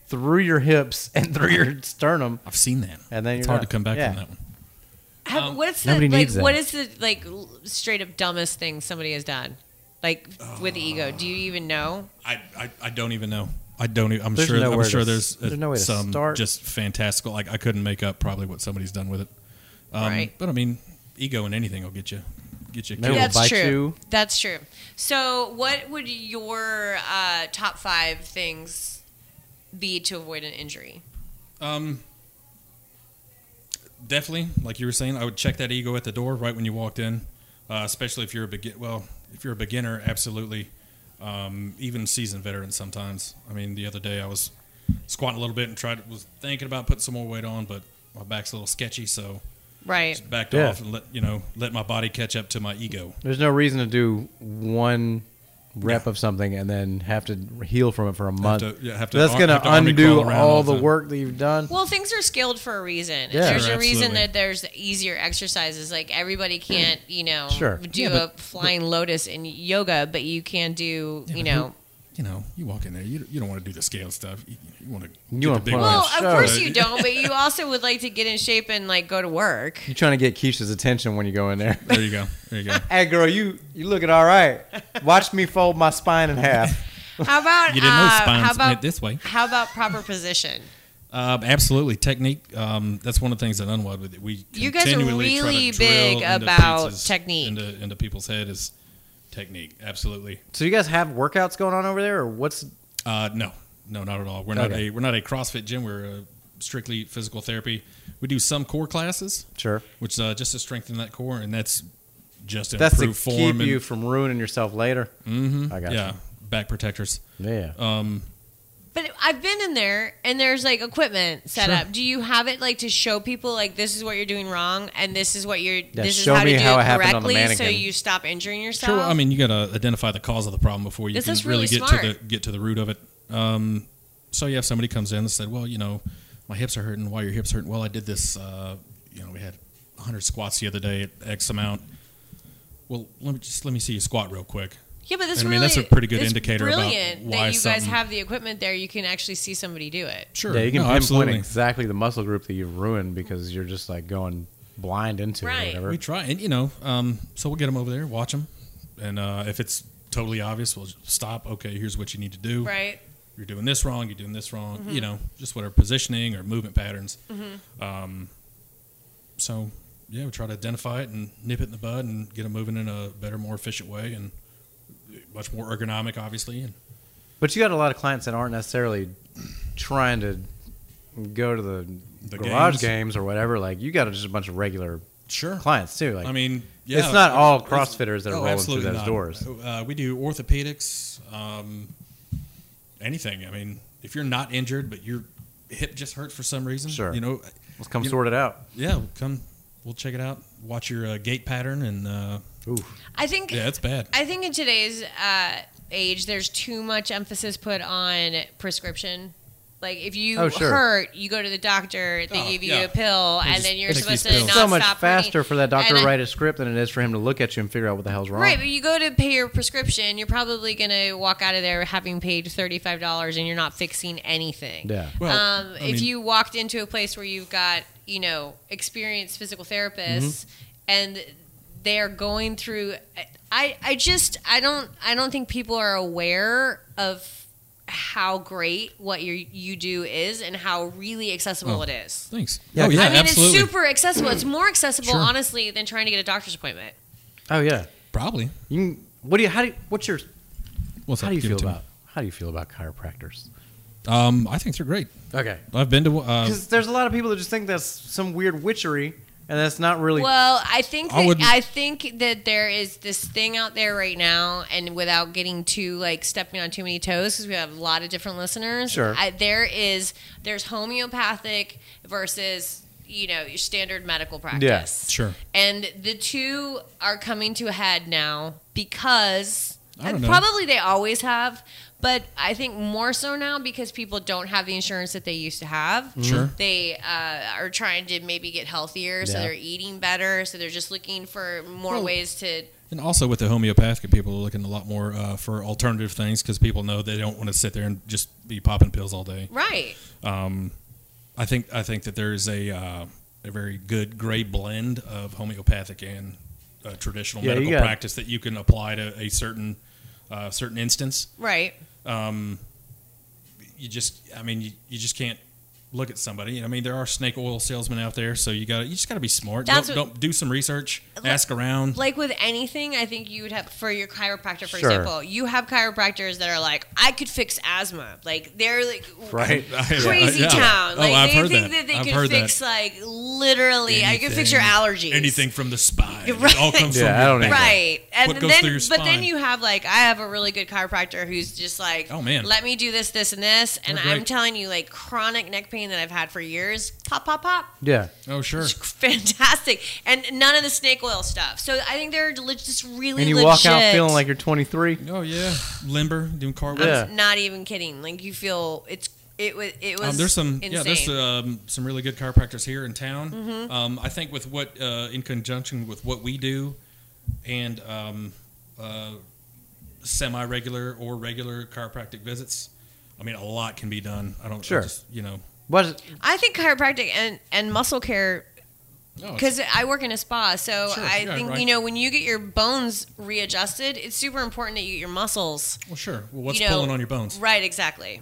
through your hips, and through your sternum. I've seen that. And then it's you're hard not- to come back yeah. from that one. Have, Um, what's the nobody like? needs that. What is the like l- straight up dumbest thing somebody has done? Like Oh. with the ego, do you even know? I, I, I don't even know. I don't. Even, I'm There's sure. nowhere I'm to sure s- there's, uh, there's no way to some start. just fantastical. Like I couldn't make up probably what somebody's done with it. Um, Right. But I mean, ego and anything will get you get you. Maybe killed. we'll That's bite true. you. That's true. So, what would your uh, top five things be to avoid an injury? Um, definitely, like you were saying, I would check that ego at the door right when you walked in, uh, especially if you're a begin. Well, if you're a beginner, absolutely. Um, even seasoned veterans sometimes. I mean, the other day I was squatting a little bit and tried was thinking about putting some more weight on, but my back's a little sketchy, so Right. just backed Yeah. off and let you know let my body catch up to my ego. There's no reason to do one rep of something and then have to heal from it for a month. to- yeah, have to That's ar- going to have to army undo crawl all, around all the the time. work that you've done. Well, things are scaled for a reason. Yeah. there's Sure, a reason absolutely. that there's easier exercises. Like everybody can't, you know, Sure. do Yeah, a flying lotus in yoga, but you can do, Yeah, you but who- know. You know, you walk in there, you, you don't want to do the scale stuff. You, you want to You get wanna the big put on one. Well, Right. of course Sure. you don't, but you also would like to get in shape and like go to work. You're trying to get Keisha's attention when you go in there. There you go. There you go. Hey, girl, you you looking all right? Watch me fold my spine in half. How about You didn't know uh, spines how about went this way. How about proper position? Um, absolutely, technique. Um, that's one of the things that Unwad with we. You guys are continually try to really drill big into about pieces, technique. into, into people's head is technique. Absolutely. So you guys have workouts going on over there, or what's? Uh, no, no, not at all. We're not Okay. a we're not a CrossFit gym. We're a strictly physical therapy. We do some core classes, Sure, which uh, just to strengthen that core, and that's just to that's to improve form keep and you from ruining yourself later. Mhm. I got yeah back protectors. you. Yeah. Um, But I've been in there and there's like equipment set Sure. up. Do you have it like to show people like this is what you're doing wrong and this is what you're this is show how me to do how it it happened on the correctly so mannequin. you stop injuring yourself? Sure. well, I mean, you got to identify the cause of the problem before you This can is really really, get smart. to the get to the root of it. Um, so yeah, if somebody comes in and said, "Well, you know, my hips are hurting. Why are your hips hurting?" Well, I did this. Uh, you know, we had 100 squats the other day at X amount. Well, let me just let me see you squat real quick. Yeah, but this I mean, really, that's a pretty good it's indicator about brilliant why that you guys something- have the equipment there. You can actually see somebody do it. Sure. Yeah, you can No, pinpoint absolutely. exactly the muscle group that you've ruined because you're just like going blind into it or Right. whatever. We try, and you know, um, so we'll get them over there, watch them, and uh, if it's totally obvious, we'll just stop. Okay, here's what you need to do. Right. You're doing this wrong. You're doing this wrong. You know, just whatever positioning or movement patterns. Um, so yeah, we try to identify it and nip it in the bud and get them moving in a better, more efficient way and much more ergonomic, obviously. And But you got a lot of clients that aren't necessarily trying to go to the, The garage games. games. or whatever. Like you got just a bunch of regular sure, clients too. Like I mean, yeah, it's not all it's- CrossFitters that are Oh, rolling through absolutely those not. doors. Uh, we do orthopedics, um, anything. I mean, if you're not injured but your hip just hurt for some reason, Sure. You know, Let's come you- sort it out. yeah, we'll come. We'll check it out. Watch your uh, gait pattern, and uh, Ooh, I think yeah, it's bad. I think in today's uh, age, there's too much emphasis put on prescription. Like if you Oh, sure. hurt, you go to the doctor. They Oh, give you yeah. a pill, and just then you're take supposed these to pills. not It's so much stop faster hurting. for that doctor And to I- write a script than it is for him to look at you and figure out what the hell's wrong. Right, but you go to pay your prescription, you're probably going to walk out of there having paid $35 and you're not fixing anything. Yeah. Well, um, I if mean- you walked into a place where you've got, you know, experienced physical Mm-hmm. therapists and they're going through I I just I don't I don't think people are aware of how great what you you do is and how really accessible Oh. it is. Thanks. Yeah, oh yeah, I mean, absolutely. it's super accessible. It's more accessible, Sure. honestly, than trying to get a doctor's appointment. Oh yeah. Probably. You can, what do you? How do? You, what's your? What's how up? do you Give feel it to me. about? How do you feel about chiropractors? Um, I think they're great. Okay. I've been to. Uh, Because there's a lot of people that just think that's some weird witchery, and that's not really. Well, I think I that, wouldn't- I, think that there is this thing out there right now, and without getting too like stepping on too many toes, because we have a lot of different listeners. Sure. I, there is there's homeopathic versus you know your standard medical practice. Sure. And the two are coming to a head now because I don't and know. probably they always have, but I think more so now because people don't have the insurance that they used to have. Mm-hmm. Sure. They uh, are trying to maybe get healthier, so Yeah. they're eating better, so they're just looking for more Well, ways to. And also with the homeopathic, people are looking a lot more uh, for alternative things because people know they don't want to sit there and just be popping pills all day. Right. Um, I think I think that there is a uh, a very good gray blend of homeopathic and uh, traditional Yeah, you medical got- practice that you can apply to a certain uh, certain instance. Right. Um, you just, I mean, you, you just can't look at somebody. I mean, there are snake oil salesmen out there, so you got to you just got to be smart. Don't, That's what- don't do some research, ask around. Like with anything, I think you would have for your chiropractor, for Sure. example, you have chiropractors that are like, I could fix asthma. Like they're like Right. crazy Yeah. town. Oh, Like I've they heard think that. that, they I've can heard that. fix like literally. I can fix your Anything- allergies. Anything from the spine. Right. It all comes Yeah, from I your don't back. either. Right. And What then goes through your but then spine. you have like I have a really good chiropractor who's just like Oh, man. let me do this, this, and this. And They're I'm great. telling you, like chronic neck pain that I've had for years, pop, pop, pop. yeah. Oh sure. It's fantastic. And none of the snake oil stuff. So I think they're le- just really And you legit. walk out feeling like you're 23. Oh yeah. Limber doing car I'm wheels. Yeah. not even kidding. Like you feel it's it was it was Um, there's some insane. Mm-hmm. yeah there's um, some really good chiropractors here in town. Um, I think with what uh, in conjunction with what we do and um, uh, semi regular or regular chiropractic visits, I mean a lot can be done. I don't I Sure. just, you know But I think chiropractic and, and muscle care oh, it's- because I work in a spa, so Sure, I yeah, think right. you know when you get your bones readjusted, it's super important that you get your muscles. well sure well what's you know, pulling on your bones Right, exactly.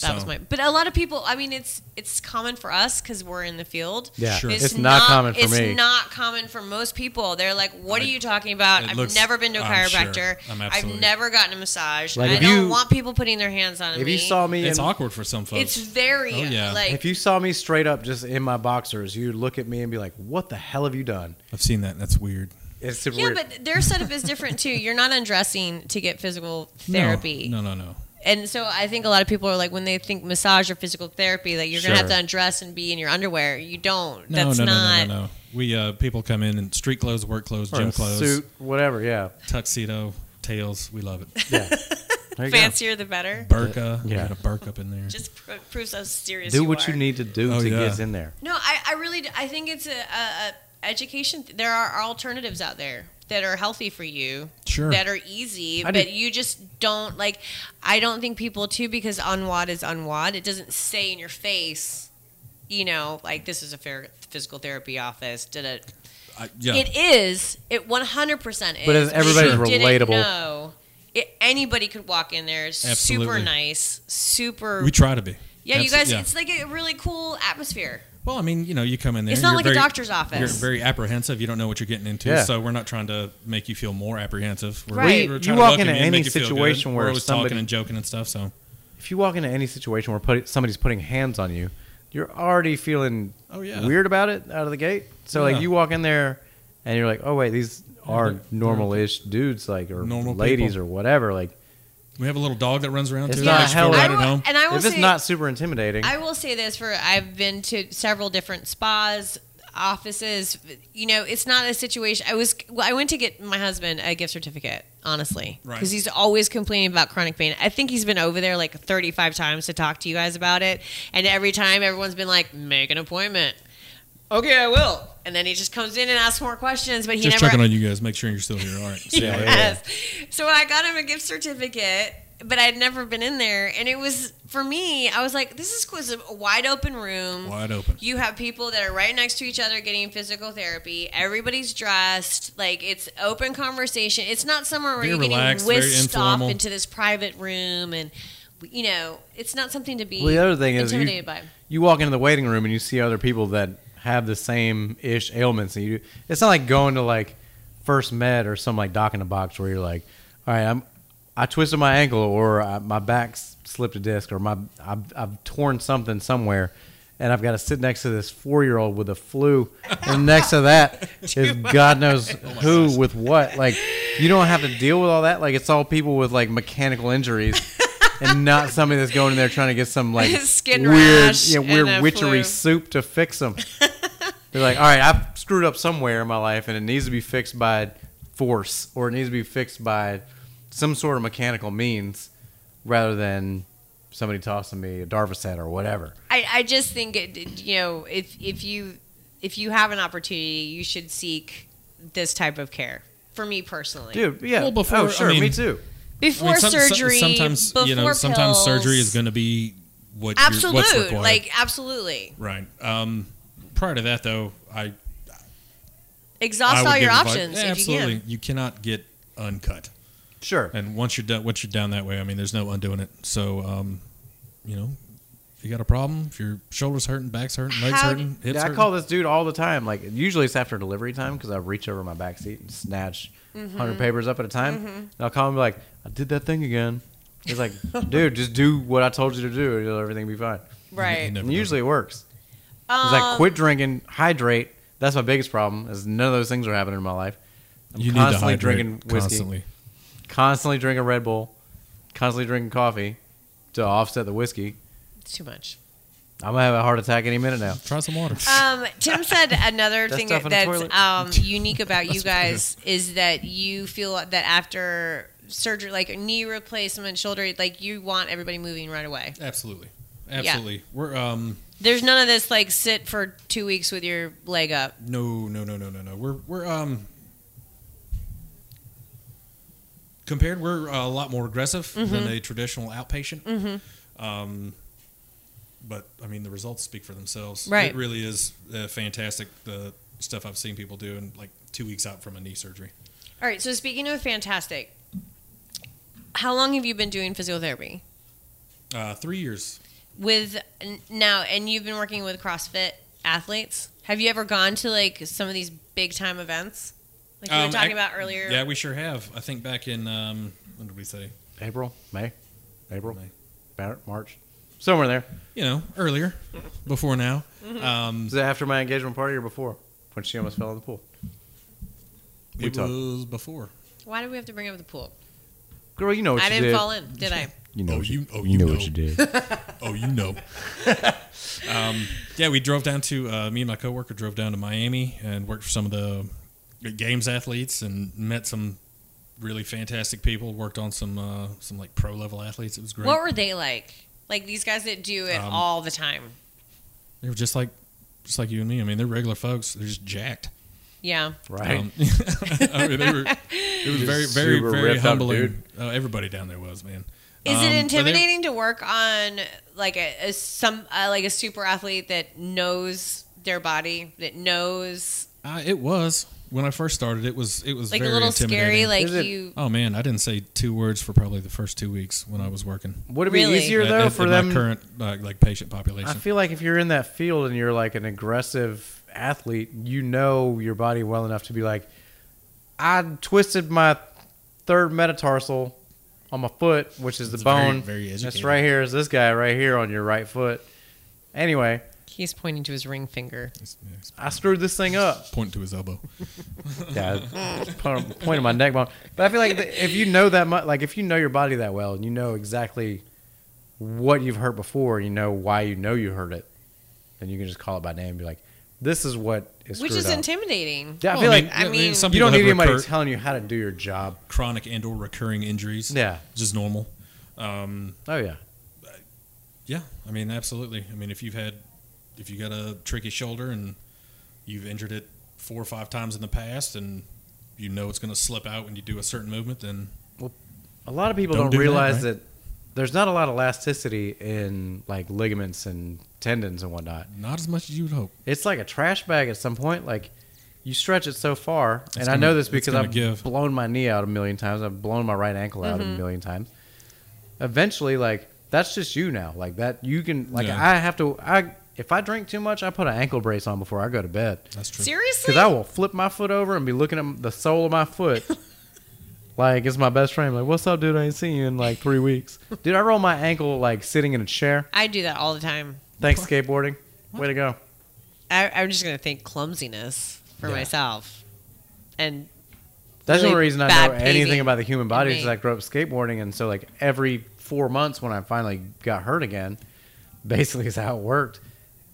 That was So- my. But a lot of people, I mean, it's it's common for us because we're in the field. yeah, Sure. it's, not, common for it's me. not common for most people. They're like, "What I- are you talking about? it I've looks- never been to a I'm sure. chiropractor. I'm I've absolutely- never gotten a massage. Like, I if don't you- want people putting their hands on if me. you saw me, it's in, awkward for some folks it's very Oh, yeah. like if you saw me straight up just in my boxers, you'd look at me and be like, "What the hell have you done?" I've seen that that's weird It's super Yeah, weird. but their setup is different too. You're not undressing to get physical No, therapy. no no no And so I think a lot of people are like, when they think massage or physical therapy, like you're going to have Sure. to undress and be in your underwear. You don't. No, That's no, not. no, no, no, no. We uh, people come in in street clothes, work clothes, Or gym a clothes, suit, whatever. Yeah, tuxedo, tails. We love it. yeah. There you go. Fancier the better. Burka. Yeah. Yeah, a burka up in there. Just pro- proves how serious Do what you are. need to do Oh, to yeah. get in there. No, I, I really, d- I think it's a, a, a education. There are alternatives out there that are healthy for you Sure. that are easy I but do- you just don't like i don't think people too because unwad is unwad it doesn't say in your face you know like this is a fair physical therapy office did it I, yeah. it is it 100% is But it's- if everybody's you didn't relatable. know, it, anybody could walk in there it's super Absolutely. nice super we try to be. yeah you Absol- guys it's like a really cool atmosphere Well, I mean, you know, you come in there. It's not you're like a very- doctor's office. You're very apprehensive. You don't know what you're getting into. Yeah. So we're not trying to make you feel more apprehensive. We're, Right. we're You trying to walk welcome into you and any make you feel good. situation where we're always somebody- talking and joking and stuff. So, if you walk into any situation where put, somebody's putting hands on you, you're already feeling Oh, yeah. weird about it out of the gate. So Yeah. like you walk in there and you're like, oh wait, these are they're- normal-ish dudes, like or Normal ladies people. or whatever. Like we have a little dog that runs around It's too. not makes you hell- feel right I at will- home. and i will if it's say- not super intimidating, I will say this for I've been to several different spas, offices. You know, it's not a situation. I was well, I went to get my husband a gift certificate, honestly, because Right. he's always complaining about chronic pain. I think he's been over there like 35 times to talk to you guys about it, and every time everyone's been like, "Make an appointment." Okay, I will. And then he just comes in and asks more questions, but he Just never checking on you guys. Make sure you're still here. All right. See you later. yes. So I got him a gift certificate, but I'd never been in there, and it was for me. I was like, "This is cool. It's a wide open room. Wide open. You have people that are right next to each other getting physical therapy. Everybody's dressed. Like it's open conversation. It's not somewhere where Very you're relaxed, getting very whisked off informal. into this private room, and you know, it's not something to be Well, the other thing is you- intimidated by. you walk into the waiting room and you see other people that have the same ish ailments, and you. It's not like going to like first med or some like doc in a box where you're like, all right, I'm. I twisted my ankle, or I, my back s- slipped a disc, or my I've, I've torn something somewhere, and I've got to sit next to this four year old with a flu, and next to that is God knows who with what. Like you don't have to deal with all that. Like it's all people with like mechanical injuries, and not somebody that's going in there trying to get some like Skin weird, rash yeah, and weird a witchery flu. soup to fix them. They're like, all right, I've screwed up somewhere in my life, and it needs to be fixed by force, or it needs to be fixed by some sort of mechanical means, rather than somebody tossing me a Darvocet or whatever. I, I just think it, you know if if you if you have an opportunity, you should seek this type of care. For me personally, Dude, yeah, Well, before- oh, sure, I mean- me too. before some- some- surgery, sometimes before you know, sometimes pills. surgery is going to be what you're- what's absolute, required. like absolutely right. Um, prior to that, though, I I exhaust would all your give advice- options Yeah, if absolutely, you cannot get uncut. Sure, And once you're done, once you're down that way, I mean, there's no undoing it. So, um, you know, if you got a problem, if your shoulders hurting, backs hurting, legs How- hurting, hips yeah, I hurting, call this dude all the time. Like usually it's after delivery time because I reach over my back seat and snatch hundred papers up at a time. And I'll call him and be like, I did that thing again. He's like, dude, just do what I told you to do. It'll everything be fine. can, right? No. And usually it works. It's Um, like quit drinking, hydrate. That's my biggest problem. Is none of those things are happening in my life. I'm you constantly need to hydrate drinking whiskey, constantly. constantly. drinking Red Bull, constantly drinking coffee to offset the whiskey. it's too much. I'm gonna have a heart attack any minute now. Try some water. Um, Tim said another That's thing stuff in the toilet. that's um, unique about you That's what it guys is that you feel that after surgery, like knee replacement, shoulder, like you want everybody moving right away. absolutely, absolutely. We're um, There's none of this like sit for two weeks with your leg up. no, no, no, no, no, no. We're we're um. Compared, we're a lot more aggressive Mm-hmm. than a traditional outpatient. Um, but I mean, the results speak for themselves. Right. It really is uh, fantastic. The stuff I've seen people do in like two weeks out from a knee surgery. All right. So speaking of fantastic, how long have you been doing physiotherapy Uh, three years. with n- now? And you've been working with CrossFit athletes. Have you ever gone to like some of these big time events, like you Um, were talking I- about earlier? Yeah, we sure have. I think back in um, when did we say? April, May, April, May. Mar- March, somewhere there. You know, earlier, before now. Mm-hmm. Um, Was it after my engagement party or before when she almost fell in the pool? We it talked. was before. Why did we have to bring up the pool? Girl, you know what I you didn't did. fall in, did I? You Oh, what you- oh, you know. did. Oh, you know. um, yeah, we drove down to uh, me and my coworker drove down to Miami and worked for some of the games athletes and met some really fantastic people. Worked on some uh, some like pro level athletes. It was great. What were they like? Like these guys that do it Um, all the time. They were just like just like you and me. I mean, they're regular folks. They're just jacked. Yeah. right? Um, I mean, they were, it was very, Just very, super very ripped up, humbling. dude. Oh, everybody down there was man. Is Um, it but they- intimidating to work on like a, a some uh, like a super athlete that knows their body, that knows Uh, it was when I first started. It was it was like a very little scary, intimidating. like Is it- you oh man, I didn't say two words for probably the first two weeks when I was working. Would it Really? be easier At- though at- for at them? my current uh, like patient I population? feel like if you're in that field and you're like an aggressive athlete, you know your body well enough to be like, I twisted my third metatarsal on my foot, which is the It's very- bone. very That's educated. right here is this guy right here on your right foot. Anyway, he's pointing to his ring finger. It's- yeah, it's I screwed this thing up. Pointing to his elbow. Yeah, point point of my neck bone. But I feel like if you know that much, like if you know your body that well, and you know exactly what you've hurt before, you know why you know you hurt it, then you can just call it by name and be like, "This is what is Which screwed is up. intimidating. Yeah, I Well, feel like I mean- some you people don't need have anybody recur- telling you how to do your job. chronic and or recurring injuries. Yeah. just normal. Um, Oh yeah, Yeah, I mean, absolutely. I mean, if you've had, if you got a tricky shoulder and you've injured it four or five times in the past, and you know it's going to slip out when you do a certain movement, then a lot of people Don't don't, do that, realize right? that there's not a lot of elasticity in like ligaments and tendons and whatnot. not as much as you would hope. It's like a trash bag at some point. Like you stretch it so far, It's and I gonna- know this it's because gonna I've give. blown my knee out a million times. I've blown my right ankle out a million times. Eventually, like that's just you now. Like that, you can like Yeah. I have to. I if I drink too much, I put an ankle brace on before I go to bed. That's true. Seriously? Because I will flip my foot over and be looking at the sole of my foot. like, it's my best friend. Like, what's up, dude? I ain't seen you in like three weeks. Dude, I roll my ankle like sitting in a chair. I do that all the time. Thanks, skateboarding. Way to go. I, I'm just gonna think clumsiness for myself, and That's the Really only reason I bad know pacing anything about the human body in is me. 'cause I grew up skateboarding. And so, like, every four months when I finally got hurt again, basically is how it worked.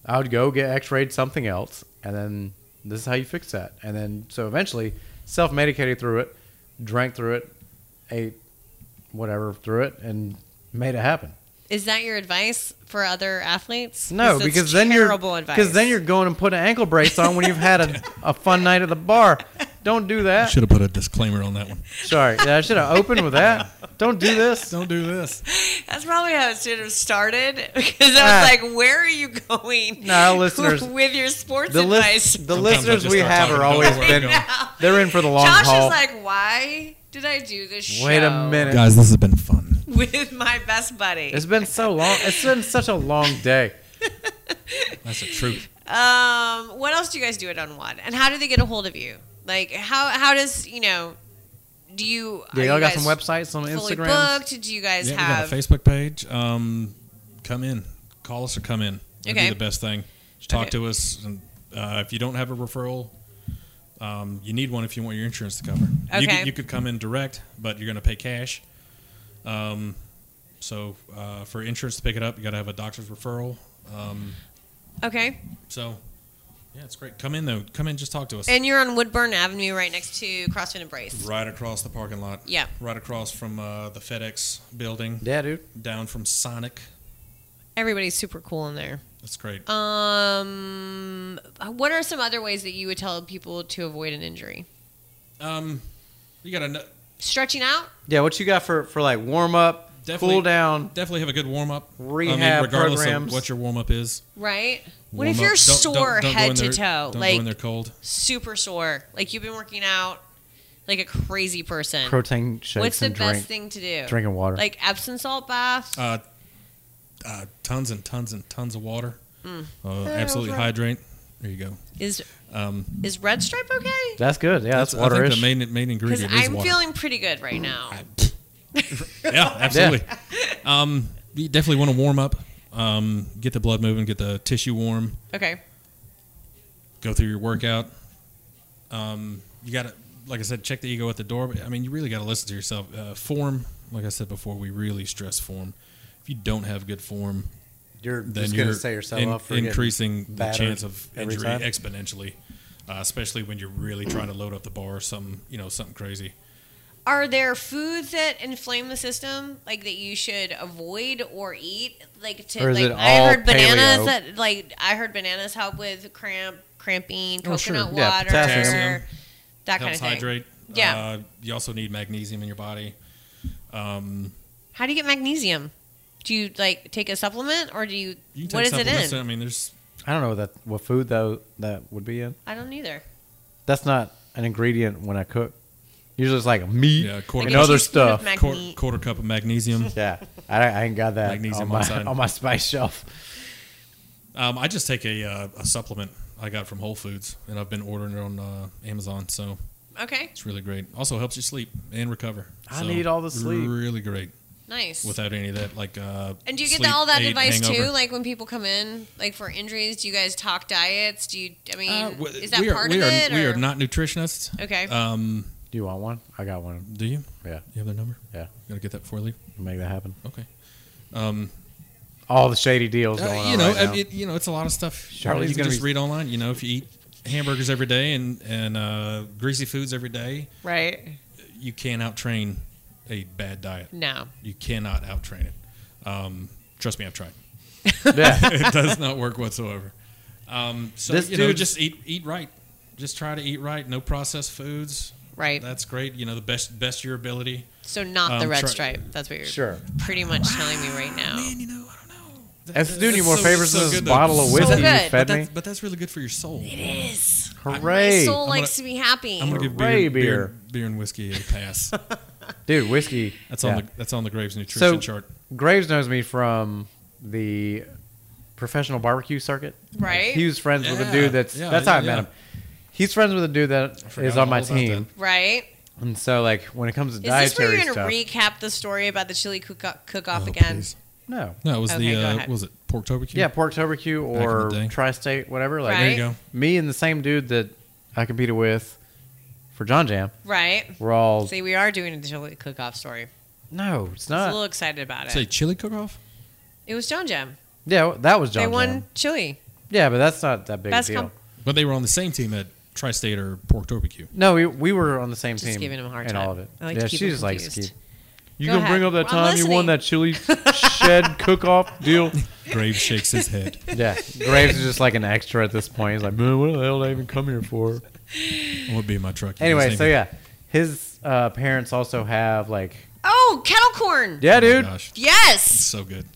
I would go get x rayed something else. And then this is how you fix that. And then, so eventually, self medicated through it, drank through it, ate whatever through it, and made it happen. is that your advice for other athletes? No, that's because then you're terrible advice. because then you're going and putting an ankle brace on when you've had a, a fun night at the bar. Don't do that. Should have put a disclaimer on that one. Sorry, yeah, I should have opened with that. Don't do this. Don't do this. That's probably how it should have started. Because Ah. I was like, "Where are you going?" No, listeners, with your sports The advice. list, the Sometimes I listeners just we start have are talking always about where I'm been they're in for the long Josh haul. is like, "Why did I do this show?" Wait a minute, Guys, this has been fun. With my best buddy. it's been so long. It's been such a long day. That's the truth. Um, what else do you guys do at Unwad? And how do they get a hold of you? Like, how how does you know? Do you? Yeah, are y'all you got guys some websites, some Fully Instagrams. booked. Do you guys yeah, have? we got a Facebook page. Um, come in, call us or come in. That'd Okay. be the best thing. Just talk Okay. to us. And, uh, if you don't have a referral, um, you need one if you want your insurance to cover. You, Okay. could, you could come in direct, but you're going to pay cash. Um, so uh, for insurance to pick it up, you got to have a doctor's referral. Um, okay, so yeah, it's great. Come in though. Come in, just talk to us. and you're on Woodburn Avenue, right next to CrossFit Embrace. right across the parking lot. Yeah. Right across from uh, the FedEx building, Yeah, dude. down from Sonic. Everybody's super cool in there. That's great. Um, what are some other ways that you would tell people to avoid an injury? Um, you got to Stretching out. Yeah, what you got for for like warm up, Definitely- cool down? definitely have a good warm up. Rehab regardless programs. of what your warm up is. Right. What if warm-up- you're don't- don't- sore don't go in head there- to toe, Don't go in there like cold. super sore, like you've been working out like a crazy person? Protein shakes What's the and best drink, thing to do? drinking water. Like Epsom salt bath. Uh, uh, tons and tons and tons of water. Hmm. Uh, absolutely hydrate. There you go. is Um, is red stripe okay? that's good. Yeah, that's, I water think ish. the main main Because ingredient is I'm water. feeling pretty good right now. yeah, absolutely. Um, you definitely want to warm up. Um, get the blood moving. Get the tissue warm. Okay. Go through your workout. Um, you got to, like I said, check the ego at the door. But I mean, you really got to listen to yourself. Uh, form, like I said before, we really stress form. If you don't have good form, you're then just you're gonna set yourself in- up for getting increasing the battered chance of every injury time. exponentially, uh, especially when you're really trying to load up the bar or something, you know, something crazy. Are there foods that inflame the system, like that you should avoid or eat? Like, to, Or is like it I all heard bananas paleo? that, like, I heard bananas help with cramp cramping, Oh, coconut sure. water, Yeah, potassium. Potassium. that kind helps of thing. hydrate. Yeah. Uh, you also need magnesium in your body. Um, How do you get magnesium? Do you like take a supplement or do you, you can take what is it supplements. I in? mean, there's I don't know what that what food though that would be in. I don't either. That's not an ingredient when I cook. Usually it's like meat yeah, Like quarter, and a other teaspoon of stuff. magne- quarter, quarter cup of magnesium. Yeah, I, I ain't got that Magnesium on my oxide. on my spice shelf. Um, I just take a, uh, a supplement I got from Whole Foods, and I've been ordering it on uh, Amazon, so Okay, it's really great. Also helps you sleep and recover. I So, need all the sleep. Really great nice. without any of that. Like, uh, and do you get sleep the, all that aid advice hangover. too? Like when people come in, like for injuries, do you guys talk diets? Do you? I mean, Uh, w- is that we are, part we of are, it? We or? are not nutritionists. Okay. Um, Do you want one? I got one. do you? Yeah, You have their number? yeah. Gotta get that before I leave. Make that happen. Okay. All the shady deals Uh, going on. you know, right I now. mean, it, you know, it's a lot of stuff. Charlie's you can gonna just be- read online. You know, if you eat hamburgers every day and and uh, greasy foods every day, right. you can't outtrain a bad diet. No. You cannot outtrain it. Um, trust me, I've tried. yeah. it does not work whatsoever. Um, so This you know, dude- just eat eat right. Just try to eat right. No processed foods. Right. That's great. You know, the best best your ability. So not the Um, red try- stripe. That's what you're Sure. pretty much telling me right now. Man, you know, I don't know. That- That's doing you that's more so- favors so than this good, though. bottle of So whiskey good. you But fed But me. that's, but that's really good for your soul. It is. My Hooray, soul gonna- likes to be happy. I'm gonna give Hooray, beer, beer. beer. beer, and whiskey a pass. dude. Whiskey. That's yeah. on the that's on the Graves nutrition chart. Graves knows me from the professional barbecue circuit. Like, Right. he was friends with a Yeah, dude that's yeah, that's how I yeah, met yeah. him. He's friends with a dude that forgot is on my all about team, right. and so like when it comes to Is this dietary where you're gonna stuff, recap the story about the chili cook cook off Oh, again? please. no, No, it was Okay, the go uh, ahead. what was it pork barbecue? yeah, pork barbecue in the or day. tri-state, whatever. Like Right. There you go. me and the same dude that I competed with for John Jam, Right. we're all See, we are doing a chili cook off story. no, it's I was a not. little excited about it. Say chili cook off. It was John Jam. Yeah, that was John they won Jam. chili. Yeah, but that's not that big a Best deal. com- But they were on the same team at Tri-State or Pork Barbecue. No, we, we were on the same Just team. giving him a hard and time. all of it. I like yeah, to keep she him just likes to confused. keep. You Go gonna ahead. bring up that I'm time you won listening. that chili shed cook-off deal? Graves shakes his head. Yeah, Graves is just like an extra at this point. He's like, man, what the hell did I even come here for? What would be in my truck? You Anyway, guys so name yeah, his uh, parents also have like, Oh, kettle corn. yeah, it. Oh my dude, gosh, it's Yes. so good.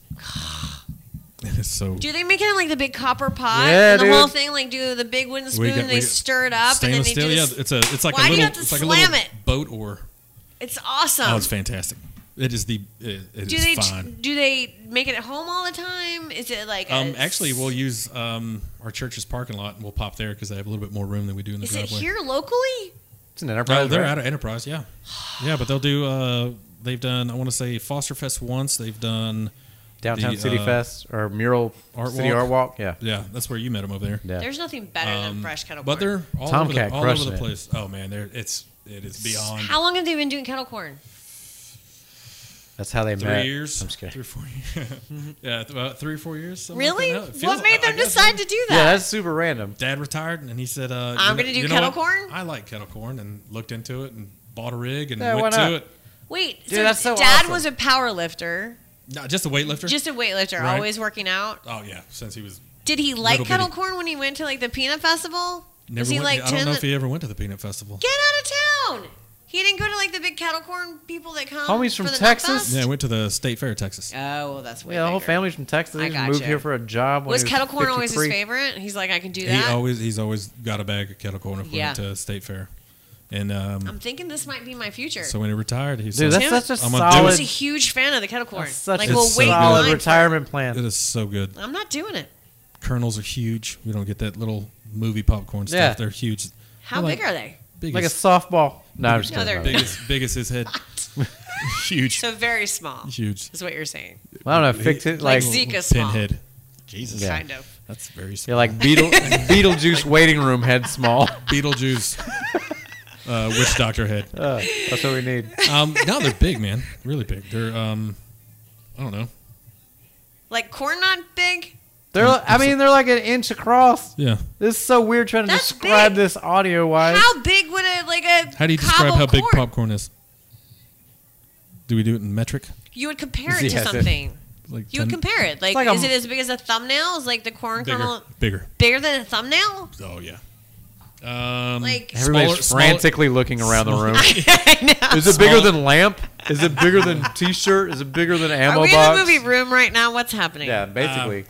It is so. Do they make it in like the big copper pot Yeah, and the whole dude. thing? Like do the big wooden We spoon got- and we they got stir it up and then Stainless they steel, do yeah. this. It's a, it's like Why a do you little, have to it's like a slam little it? boat oar. It's awesome. Oh, it's fantastic. It is the, it, it do is they fine. do they make it at home all the time? Is it like a- Um, actually, we'll use um, our church's parking lot and we'll pop there because they have a little bit more room than we do in the Is it driveway. here locally? it's an No, enterprise. they're right? out of Enterprise, yeah, yeah. But they'll do. Uh, they've done. I want to say Foster Fest once. They've done. downtown the, City uh, Fest or mural Art City Walk. Art Walk. Yeah, Yeah, that's where you met them over there. yeah. There's nothing better than Um, fresh kettle corn. But they're all Tomcat over the, all crushing over the it. place. Oh man, they're, it's it is beyond How long have they been doing kettle corn? That's how they three met. years. I'm just kidding. Three or four years. yeah, th- about three or four years. something like Really? that. No, it feels- what made I- I them guess decide to do that? Yeah, that's super random. Dad retired, and he said, uh, I'm you gonna do you kettle what? corn? I like kettle corn, and looked into it and bought a rig and Oh, Yeah, why went not? to it. Wait, Dude, so that's so dad awesome. was a power lifter, No, just a weightlifter. just a weightlifter, Right. always working out. oh yeah, since he was Did he like Little kettle bitty. corn when he went to like the peanut festival? never. was he went, like I don't ten? know if he ever went to the peanut festival. Get out of town. He didn't go to like the big kettle corn people that come. Homie's for from the Texas? Yeah, nut I went to the state fair, Texas. fest? Oh, well, that's way Yeah, the whole bigger. family's from Texas. I They just got moved you. here for a job. when Was he kettle corn always 53. his favorite? He's like, I can do He that. always he's always got a bag of kettle corn if we Yeah. went to state fair, and um, I'm thinking this might be my future. so when he retired, he Dude, said, that's Tim- such a I'm gonna do I it. solid. was a huge fan of the kettle corn. That's such like, a we'll wait in solid line for- retirement "It plan. is so good." I'm not doing it. kernels are huge. We don't get that little movie popcorn stuff. Yeah. They're huge. How They're big are they? Biggest, Like a softball. No, I'm just No, kidding. they're- about that. biggest, biggest his head. huge, So very small. huge. Is what you're saying? I don't know. Fix it like Like Zeke. Zika small. pinhead. Jesus, Yeah. Kind of. that's very you're small. like Beetle Beetlejuice waiting room head small. Beetlejuice, uh, witch doctor head. Uh, that's what we need. Um, no, they're big, man. Really big. They're um, I don't know. Like corn not big. They're I mean they're like an inch across. Yeah. This is so weird trying to That's describe big. this audio wise. How big would a like a How do you describe cob how of big corn? popcorn is? Do we do it in metric? You would compare it Yes, to it- something. like You 10 would compare it. Like, like a- is it as big as a thumbnail? Is like the corn Bigger, kernel bigger. bigger than a thumbnail? Oh yeah. Um, Like, Everybody's smaller- frantically looking around the room. I know. Is it bigger Smaller- than lamp? Is it bigger than T-shirt? Is it bigger than ammo Are we box? in the movie Oh. room right now? What's happening? Yeah, basically.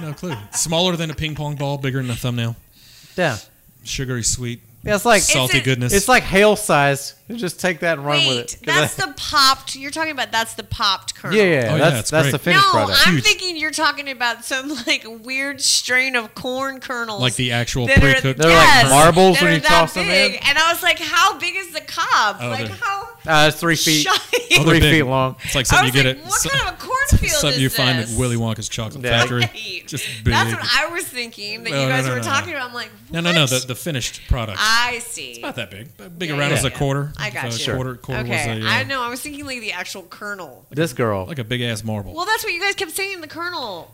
no clue. Smaller than a ping pong ball, bigger than a thumbnail. yeah. Sugary sweet, yeah, it's like salty a- goodness. it's like hail size. You just take that and run Wait, with it. 'Cause that's I- the popped. You're talking about that's the popped kernel. yeah, yeah, Oh, yeah, that's it's that's great. the finished no, product. I'm Huge. thinking you're talking about some like weird strain of corn kernels, like the actual that are- pre-cooked. They're like yes, marbles that when are you that toss them in. big. And I was like, how big is the cob? Oh, like they're- how Uh, it's three feet, shiny? Oh, they're three big. feet long. It's like I something was you get like, at what so- kind of a cornfield something is you find at this? Willy Wonka's chocolate Yeah. factory. Right. Just big. That's what I was thinking that No, you no, guys no, were no, talking no. about. I'm like, no, no, no. what? The, the finished product. I see. Not that big. but Big Yeah, around yeah, as a yeah. quarter. I got The you. Quarter, quarter okay, was a, uh, I know. I was thinking like the actual kernel. This girl, like a big ass marble. Well, that's what you guys kept saying. The kernel.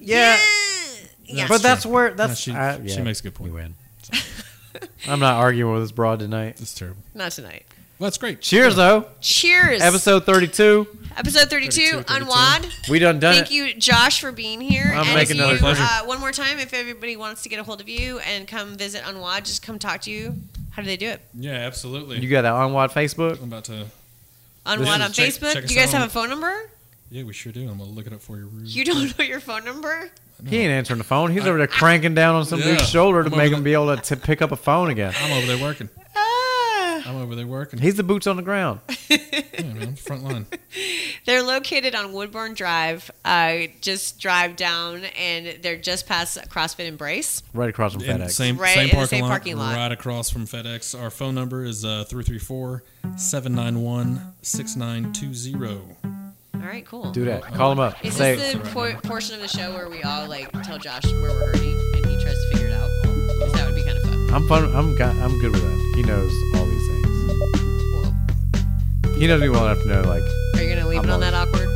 yeah, Yeah. but that's true. where No, that's she- I- she yeah. makes a good point. You win. I'm not arguing with this broad tonight. That's terrible. Not tonight. Well, that's great. Cheers though. Cheers. Episode 32. Episode 32, 32, 32. Unwad. We done done Thank it. you, Josh, for being here. I'm and making if another you, pleasure. Uh, one more time, if everybody wants to get a hold of you and come visit Unwad, just come talk to you. How do they do it? Yeah, absolutely. You got that on wide Facebook. I'm about to. Unwad is- on check- Facebook. check do you us guys out have on- a phone number? Yeah, we sure do. I'm gonna look it up for you. real You quick. don't know your phone number? He ain't answering the phone. He's over there cranking down on some Yeah. dude's shoulder to I'm make over him be able to t- pick up a phone again. I'm over there working. Ah. I'm over there working. He's the boots on the ground. Yeah, man, front line. They're located on Woodburn Drive. Uh, just drive down, and they're just past CrossFit Embrace. Right across from In FedEx. same, Right in same, the parking, same lot, parking lot. Right across from FedEx. Our phone number is uh, 334 791 6920. All right, cool. Do that. Call him up. Is Say, this the po- portion of the show where we all like tell Josh where we're hurting and he tries to figure it out? 'Cause that would be kind of fun. I'm fun. I'm, go- I'm good with that. He knows all these things. Well, He knows me well enough to know, like, are you gonna leave I'm it on all- that awkward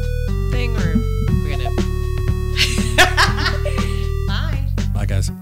thing, or we're gonna? Bye. Bye, guys.